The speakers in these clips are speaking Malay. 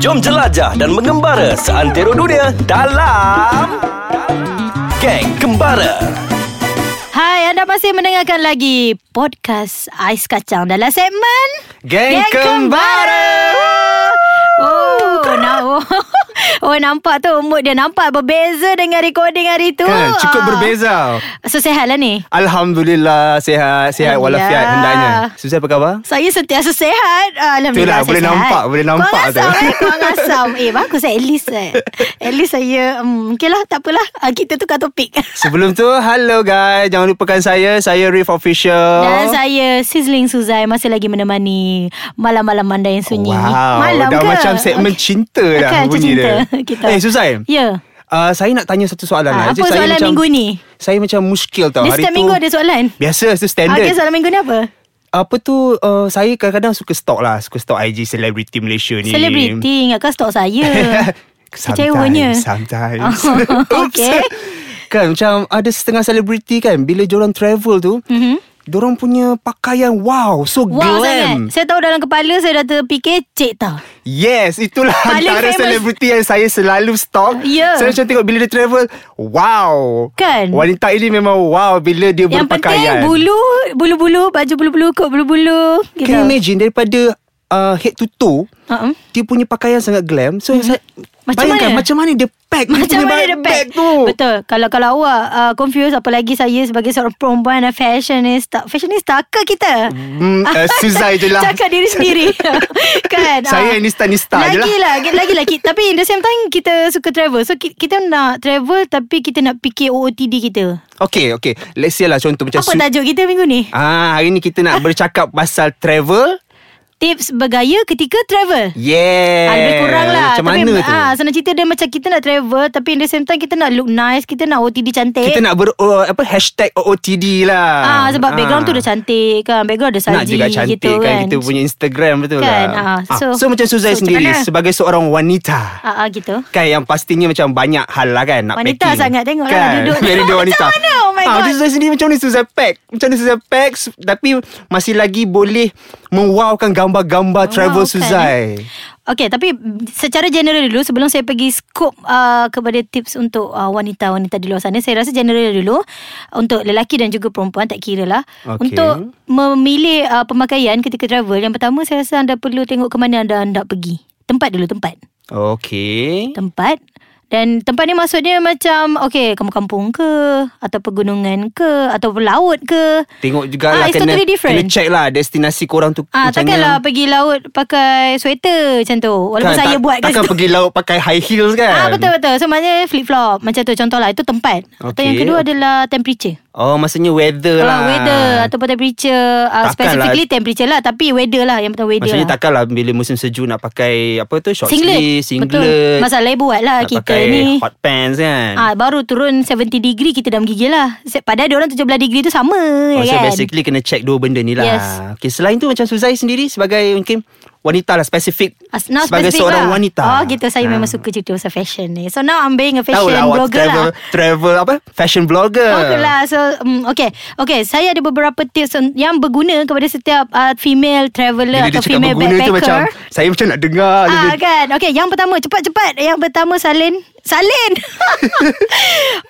Jom jelajah dan mengembara seantero dunia dalam Geng Kembara. Hai, anda masih mendengarkan lagi podcast Ais Kacang dalam segmen Geng Oh, na- oh. oh nampak tu mood dia nampak berbeza dengan recording hari tu. Kan, cukup Ah. berbeza. So sihat lah ni. Alhamdulillah sihat sihat walafiat Alhamdulillah. hendaknya. Susi apa khabar? Saya sentiasa sihat Alhamdulillah saya Itulah, boleh sihat. nampak, boleh nampak Korang asam tu. eh Korang asam Eh bagus eh At least eh. At least saya um, Okay lah tak apalah Ah, Kita tukar topik Sebelum tu hello guys jangan lupakan saya saya Riff official. Dan saya Sizzling Suzai Masih lagi menemani Malam-malam anda yang sunyi Wow, Malam dah ke? macam segmen Okay. cinta dah Kan, bunyi cinta dia. kita. Eh Suzai, Ya uh, saya nak tanya satu soalan Ah, lah. apa Actually, saya soalan macam, minggu ni? Saya macam muskil tau Dia hari setiap tu. minggu ada soalan Biasa tu standard. Okay soalan minggu ni apa? Apa tu uh, saya kadang-kadang suka stalk lah, suka stalk IG celebrity Malaysia ni. Selebriti Ingat kau stok saya Kecewanya. Sometimes Sometimes Oh, Oops. okay. Kan macam Ada setengah selebriti kan Bila diorang travel tu mm-hmm. Diorang punya pakaian Wow So Mhm. Wow glam sangat Saya tahu dalam kepala Saya dah terfikir Cik tau Yes Itulah Paling antara famous. selebriti Yang saya selalu stalk Ya. Saya macam tengok Bila dia travel Wow Kan? Wanita ini memang wow Bila dia Yang penting berpakaian bulu Bulu-bulu Baju bulu-bulu Kot bulu-bulu gitu. Can you imagine Daripada uh, Head to toe uh-uh. Dia punya pakaian sangat glam So saya Mhm. Macam Bayangkan mana? macam mana dia pack dia Macam punya mana dia pack tu Betul Kalau kalau awak uh, confused Apalagi saya sebagai seorang perempuan uh, dan Fashionista Fashionista ke kita? Hmm, uh, Suzai je lah Cakap diri sendiri Kan Saya ah. nista-nista je lah. Lagilah Lagilah ki- Tapi in the same time Kita suka travel So ki- kita nak travel Tapi kita nak fikir OOTD kita Okay okay Let's say lah contoh macam Apa tajuk kita minggu ni? Ah, hari ni kita nak bercakap pasal travel. Tips bergaya ketika travel Yeah. Ah, lebih kurang lah Macam mana tapi, tu? ah, Senang cerita dia macam Kita nak travel Tapi in the same time Kita nak look nice Kita nak OOTD cantik Kita nak ber oh, apa hashtag OOTD lah. eh. Ah sebab background tu dah cantik kan Background dah Nak saji juga cantik gitu, kan. Kita punya Instagram betul Kan, lah. ah, so- so macam Suzai so, macam sendiri mana? sebagai seorang wanita. Ah, ah gitu Kan yang pastinya macam banyak hal lah kan nak Wanita packing. sangat, tengok lah, kan? duduk. Very dia Macam wanita mana? Oh my Ah, God. Dia Suzai sendiri macam mana Suzai pack Macam mana Suzai pack s- Tapi masih lagi boleh Mewowkan gambar-gambar travel Wowkan, Suzai Okay tapi secara general dulu Sebelum saya pergi skop uh, kepada tips untuk uh, wanita-wanita di luar sana Saya rasa general dulu Untuk lelaki dan juga perempuan tak kira lah Okey. Untuk memilih uh, pemakaian ketika travel Yang pertama saya rasa anda perlu tengok ke mana anda hendak pergi Tempat dulu tempat Okay Tempat dan tempat ni maksudnya macam Okay kamu kampung ke Atau pegunungan ke Atau laut ke Tengok juga Ah, lah it's kena, totally different. kena check lah Destinasi korang tu Ah, macam takkanlah pergi laut pakai sweater macam tu. Walaupun saya buat kat Kan, Takkan situ. pergi laut pakai high heels kan Ah, betul-betul. So, maknanya flip-flop. Macam tu contoh lah. Itu tempat. Atau Okey. yang kedua adalah temperature. Oh maksudnya Ah, weather lah weather ataupun temperature. Uh, Takkanlah. specifically temperature lah. Tapi weather lah. Yang penting weather Maksudnya lah. takkanlah bila musim sejuk nak pakai apa tu short sleeve, Singlet. Betul. singlet. Masalahnya buat lah nak kita pakai ni. hot pants kan. Ah, baru turun 70 degree kita dah menggigil lah. Se- Padahal dia orang 17 degree tu sama. ya Oh, so kan? basically kena check dua benda ni lah. Yes. Okay, selain tu macam Suzai sendiri sebagai mungkin wanita lah spesifik. As- now Ah, sebagai specific seorang lah. wanita. Ah. Oh gitu Saya memang suka cerita pasal fashion ni So now I'm being a fashion Tahu lah awak blogger travel, lah travel apa? Fashion blogger. Okay lah So um, okay Okay saya ada beberapa tips on- Yang berguna kepada setiap uh, Female traveller Bila dia Atau cakap female berguna tu backpacker macam ah, Saya macam nak dengar je. Ah kan Okay yang pertama Cepat-cepat Yang pertama salin Salin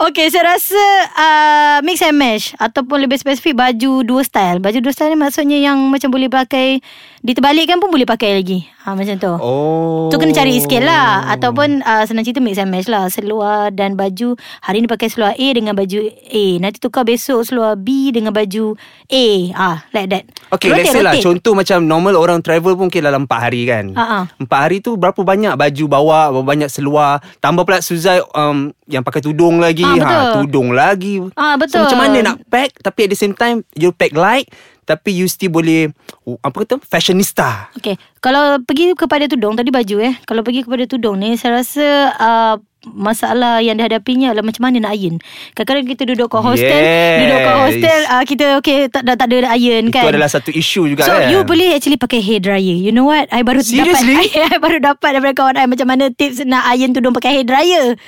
Okay saya rasa uh, Mix and match Ataupun lebih spesifik Baju dua style Baju dua style ni maksudnya Yang macam boleh pakai Diterbalikkan pun boleh pakai lagi ha, Macam tu Oh So kena cari sikit lah Ataupun uh, senang cerita mix and match lah Seluar dan baju Hari ni pakai seluar A dengan baju A Nanti tukar besok seluar B dengan baju A ah Like that Okay let's say lah Contoh macam normal orang travel pun Mungkin dalam 4 hari kan Ha, ha. 4 hari tu berapa banyak baju bawa Berapa banyak seluar Tambah pula Suzai um, Yang pakai tudung lagi Ha, Ah, betul. Tudung lagi Ah, betul. So macam mana nak pack Tapi at the same time You pack light Tapi you still boleh oh, Apa kata Fashionista Okay Kalau pergi kepada tudung Tadi baju eh Kalau pergi kepada tudung ni Saya rasa uh, Masalah yang dihadapinya adalah macam mana nak iron Kadang-kadang kita duduk kat hostel Yes. Duduk kat hostel uh, Kita okay tak, dah tak ada iron kan Itu adalah satu isu juga So kan you boleh actually pakai hair dryer. You know what? I baru Seriously? dapat I, I baru dapat daripada kawan I macam mana tips nak iron tudung pakai hair dryer.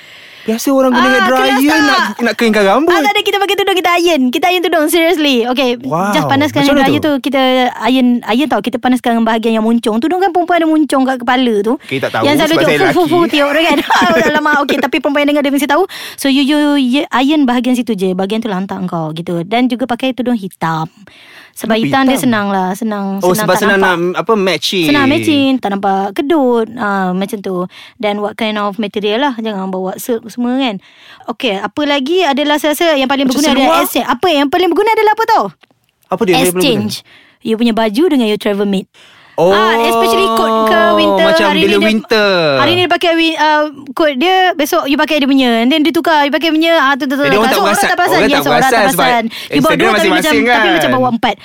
Biasa orang guna Ah, hair dryer kelas tak? nak nak keringkan rambut. Ah, tak ada kita pakai tudung Kita iron Kita iron tudung Seriously Okay Wow. Just panaskan Macam hair mana dryer tu? tu Kita iron Iron tau Kita panaskan dengan bahagian yang muncung Tudung kan perempuan ada muncung kat kepala tu Okay, tak tahu, Yang selalu sebab tiup saya fu fu fu lelaki. Tiup dia kan Ah, Lama Okay tapi perempuan yang dengar Dia mesti tahu So you, you you iron bahagian situ je Bahagian tu lantak kau gitu Dan juga pakai tudung hitam Sebab hitam, dia hitam? senang lah Senang oh sebab tak senang nampak. nak apa matching. Senang matching Tak nampak kedut ah, Macam tu Then what kind of material lah Jangan bawa silk semua kan Okay Apa lagi adalah saya rasa Yang paling Macam berguna adalah seluar? exchange Apa yang paling berguna adalah apa tau Apa dia? Saya belum guna. Exchange You punya baju dengan your travel mate Oh. ah, Especially coat ke winter Macam hari bila ni dia- winter. Hari ni dia pakai wi- uh, coat dia Besok you pakai dia punya And then dia tukar You pakai punya ah, tu, tu, tu, Jadi tu. Eh, orang So, tak perasan. Orang tak perasan Orang Yes, tak orang tak perasan sebab perasan You bawa dua Instagram tapi macam masing-masing Tapi kan. macam bawa empat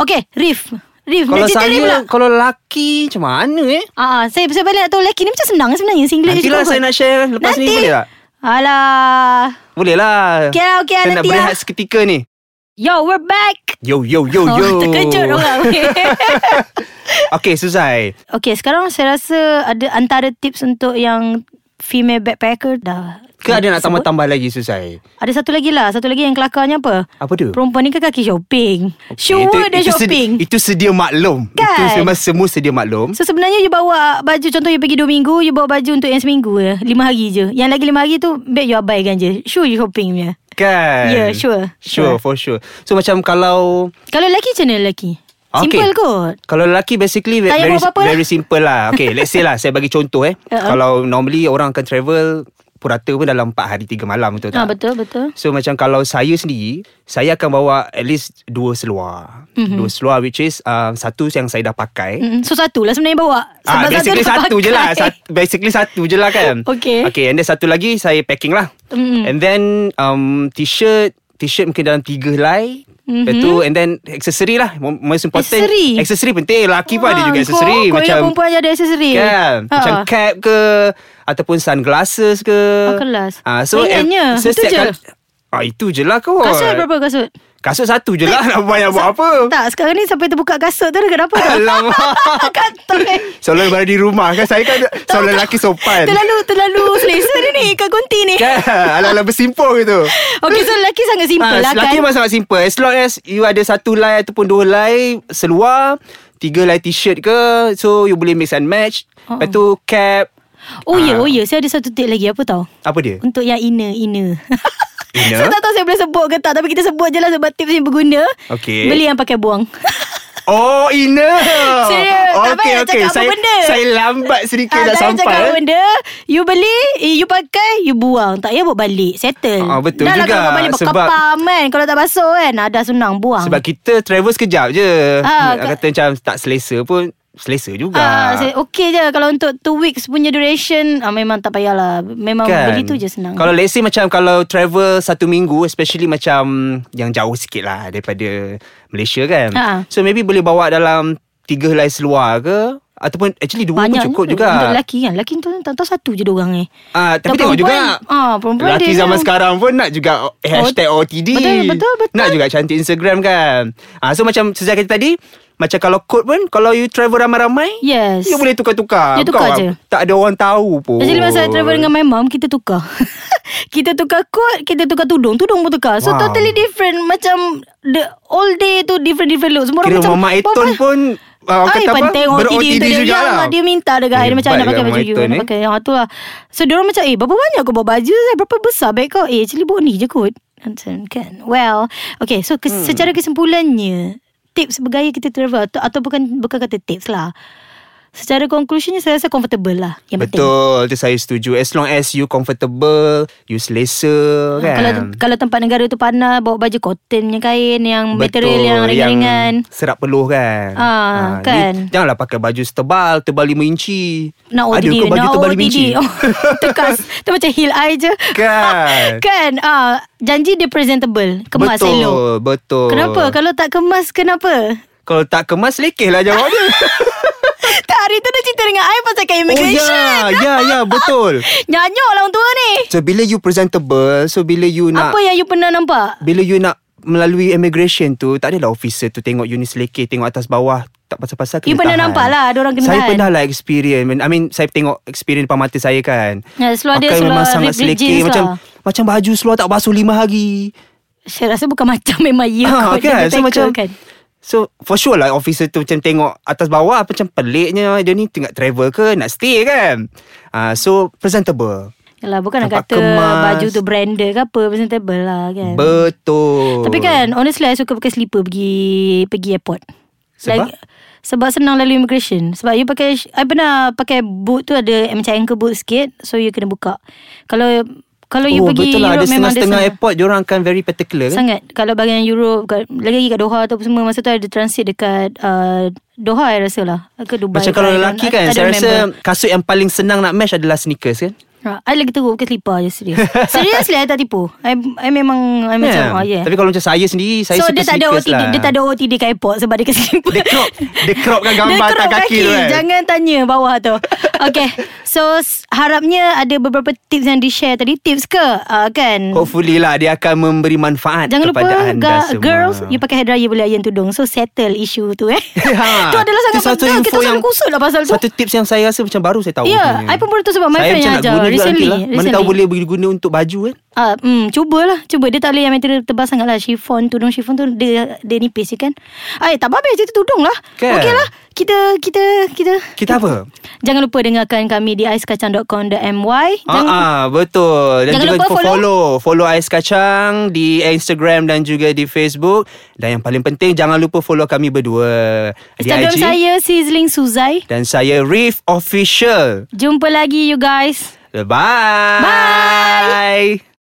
Okay Rif Rif Kalau nak cerita Rif saya pula. Kalau lelaki Macam mana eh Ah, ah, saya saya balik nak tahu lelaki ni macam senang sebenarnya singlet je cukup Nantilah lah saya kot. nak share Lepas Nanti. ni boleh tak Alah. Boleh lah Okay lah, okay lah, Saya nak nanti lah. berehat seketika ni Yo, we're back. Yo yo yo Oh, yo terkejut orang. Okay Suzai okay, sekarang saya rasa ada antara tips untuk yang female backpacker dah. Ke ada nak sebut. tambah-tambah lagi Suzai Ada satu lagi lah. Satu lagi yang kelakarnya apa? Apa tu? Perempuan ni kan kaki shopping. Sure dia shopping. Sedi- itu sedia maklum. Itu Kan? memang semua sedia maklum. So sebenarnya you bawa baju Contoh you pergi 2 minggu You bawa baju untuk yang seminggu je 5 hari je Yang lagi 5 hari tu Baik you abaikan je Sure you shopping punya Kan? Yeah, Ya, sure. Sure. Sure, for sure. So macam kalau Kalau lelaki macam mana lelaki? Okay. Simple kot kalau lelaki basically Tak payah very, buat apa-apa lah. very simple lah. Okay, let's say lah saya bagi contoh eh. Uh-uh. Kalau normally orang akan travel purata pun dalam 4 hari 3 malam betul tak? Ah betul betul. So macam kalau saya sendiri Saya akan bawa at least Dua seluar mm-hmm. Mhm. Dua seluar which is uh, Satu yang saya dah pakai Mm-mm. So satu lah sebenarnya bawa. Ah, Sebab basically dah satu, je lah pakai. satu, Basically satu je lah kan Okay. Okay and then satu lagi Saya packing lah Mm-mm. And then um, T-shirt T-shirt mungkin dalam tiga helai Mhm. Lepas tu And then Accessory lah mo- Most important Aksesori? Aksesori penting Lelaki pun Ah, ada juga aksesori Kau, kau ingat perempuan je ada aksesori. Kan Ha. Macam cap ke Ataupun sunglasses ke Oh, kelas. Ah, So Ringannya. so Itu je? setiap kali- Ah, itu je lah kot Kasut berapa kasut? Kasut satu je lah Nak banyak buat apa Tak, sekarang ni sampai terbuka kasut tu dah kenapa? Alamak. Kantor. eh. Soalan baru di rumah kan Saya kan Tahu Soalan tak? lelaki sopan Terlalu terlalu selesa dia ni Kak Kunti ni. Kan Alah-alah bersimpul gitu Okay, so lelaki sangat simple Ah, lah kan. Lelaki memang sangat simple As long as You ada satu lai Ataupun dua lai Seluar Tiga lai t-shirt ke So you boleh mix and match Lepas tu cap Oh Ah. ya, oh ya, saya ada satu tip lagi apa tau? Apa dia? Untuk yang inner Inner Inner? Saya tak tahu saya boleh sebut ke tak Tapi kita sebut je lah Sebab tips ni berguna Okey. Beli yang pakai buang Oh inner Serius, tak Okay payah okay cakap apa saya, benda. saya lambat Ah, sedikit nak tak payah sampai cakap eh. benda You beli eh, You pakai You buang Tak payah buat balik Settle Ah, betul Dah lah juga. kalau kau balik Sebab- Berkepam kan Kalau tak basuh kan ah, Dah senang buang Sebab kita travel sekejap je Ah, Nak Kata macam tak selesa pun Selesa juga Ah, saya okay je kalau untuk 2 weeks punya duration ah, memang tak payahlah memang beli tu je senang. Kan? Kalau let's say macam Kalau travel satu minggu Especially macam Yang jauh sikit lah Daripada Malaysia kan Ha. So maybe boleh bawa dalam Tiga helai seluar ke Ataupun actually dua banyak pun cukup tu juga untuk lelaki kan. Lelaki tu tak tahu satu je dia orang eh. Ah, Tapi Kalau tengok juga perempuan- ah, perempuan Lelaki dia zaman memang- sekarang pun Nak juga eh, Hashtag OTD betul, betul, betul. Nak juga cantik Instagram kan ah, So macam Sejak kata tadi Macam kalau code pun Kalau you travel ramai-ramai Yes. You Ya, boleh tukar-tukar You tukar Bukan je. orang- Tak ada orang tahu pun Actually masa saya travel dengan my mom Kita tukar Kita tukar kot Kita tukar tudung Tudung pun tukar So Wow. totally different Macam The all day tu Different-different look Semua orang Kira macam Mama Eton perempuan- pun uh, Ay, penting OTD untuk dia. Ya Allah, dia minta dekat Eh, saya. Dia macam nak pakai baju you. Nak pakai yang tu lah. So, dia orang macam, eh, berapa banyak kau bawa baju? Zai? Berapa besar beg kau? Eh, actually bawa ni je kot. Macam kan. Well, okay. So, kes, Hmm. secara kesimpulannya, tips bergaya kita travel atau, atau bukan bukan kata tips lah. Secara conclusionnya, saya rasa comfortable lah. Yang penting. Betul Itu saya setuju As long as you comfortable You selesa kan Ah, Kalau kalau tempat negara tu panas Bawa baju cotton punya kain Yang material yang ringan-ringan yang Serap peluh kan Ah, ni kan. Janganlah pakai baju setebal Tebal 5 inci Nak ODD Ada ke baju Nak tebal 5 ODD inci oh, Itu kas Itu macam heel eye je Kan. Kan ah, Janji dia presentable Kemas Betul elok Betul Kenapa Kalau tak kemas Kenapa Kalau tak kemas lekeh lah jawab dia Tak hari tu dia cerita dengan I Pasal kat Oh ya immigration Ya ya betul Nyanyok lah orang tua ni So bila you presentable So bila you nak Apa yang you pernah nampak Bila you nak melalui immigration tu tak adalah officer tu tengok you ni selekeh tengok atas bawah tak pasal-pasal kena You pernah tahan. nampak lah, ada orang kena Saya tahan. pernah lah experience I mean saya tengok experience depan mata saya kan Ya, seluar dia Pakai seluar memang sangat ripped selekeh jeans Macam lah. macam baju seluar tak basuh lima hari Saya rasa bukan macam Memang ya Ah, kot dia So tackle macam kan. So for sure lah Officer tu macam tengok Atas bawah Macam peliknya Dia ni tengok travel ke Nak stay kan Ah, So presentable Yalah bukan nak Nampak kata kemas. Baju tu branded ke apa Presentable lah kan Betul Tapi kan honestly I suka pakai slipper pergi pergi airport. Sebab? sebab senang lalu immigration. Sebab you pakai I pernah pakai boot tu ada macam ankle boot sikit so you kena buka. Kalau kalau you Oh pergi betul lah Ada Europe memang setengah-setengah ada airport Diorang akan very particular kan Sangat Kalau bahagian Europe kat, Lagi-lagi kat Doha tu apa semua Masa tu ada transit dekat uh, Doha I rasa lah Ke Dubai Macam ke, kalau I don't- lelaki I- I kan don't Saya remember. rasa Kasut yang paling senang nak match Adalah sneakers kan Ah, I lagi teruk pakai slipper je serius Seriously I tak tipu I, I memang I Yeah. macam oh, yeah. Kan? Tapi kalau macam saya sendiri Saya so suka dia tak ada sneakers OTD lah. Dia tak ada OTD kat airport Sebab dia kasi slipper Dia crop Dia cropkan gambar Dia atas crop kaki, tu kan Jangan tanya bawah tu Okay So s- harapnya ada beberapa tips yang di-share tadi Tips ke? Uh, kan Hopefully lah Dia akan memberi manfaat Jangan lupa Kepada anda ga- semua Girls You pakai head dryer boleh ayam tudung So settle issue tu eh Ha. Tu adalah sangat Itu satu penting Kita info selalu kusut lah pasal tu Satu tips yang saya rasa Macam baru saya tahu Ya, sebenarnya. I pun baru tahu sebab my Saya friend macam yang nak ajar. guna juga nanti Recently, lah. Mana tahu recently. boleh beri guna Untuk baju kan Ah, hmm, cubalah Cuba dia tak boleh yang material tebal sangat lah Chiffon, tudung chiffon tu Dia dia nipis je kan Ay, tak apa-apa je tu tudung lah Kan? Okey lah Kita Kita Kita Kita apa Jangan lupa dengarkan kami di aiskacang.com.my Ah, Jangan ah, betul. Dan Jangan juga lupa fo- follow. follow follow Ais Kacang di Instagram dan juga di Facebook. Dan yang paling penting jangan lupa follow kami berdua Instagram di IG saya Sizzling Suzai dan saya Reef Official. Jumpa lagi you guys Bye. Bye.